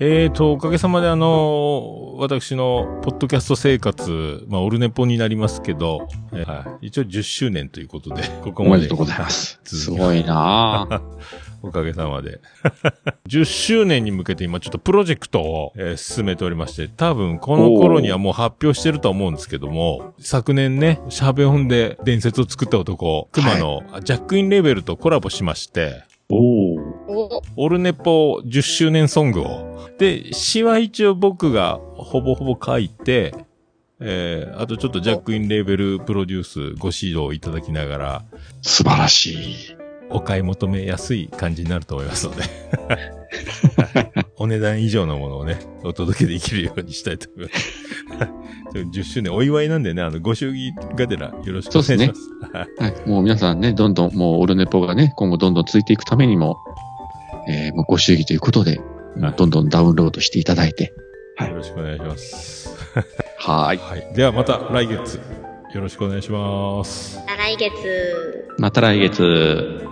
えーと、おかげさまであの、私のポッドキャスト生活、まあ、オルネポになりますけど、えーはい、一応10周年ということで、ここおまめででとうございます。す続きごいなぁ。おかげさまで。10周年に向けて今ちょっとプロジェクトを、えー進めておりまして、多分この頃にはもう発表してるとは思うんですけども、昨年ね、シャーベオンで伝説を作った男、熊の、あジャックインレーベルとコラボしまして、おお。お、オルネポ10周年ソングを。で、詩は一応僕がほぼほぼ書いて、えー、あとちょっとジャックインレーベルプロデュースご指導いただきながら、 素晴らしい。お買い求めやすい感じになると思いますの で。お値段以上のものをね、お届けできるようにしたいと思います。10周年お祝いなんでね、あの、ご祝儀がてらよろしくお願いします。はい。もう皆さんね、どんどん、もうオルネポがね、今後どんどんついていくためにも、えー、もうご祝儀ということで、はいどんどんダウンロードしていただいて。はいよろしくお願いします。はーい。はい。ではまた来月、よろしくお願いします。来月。また来月。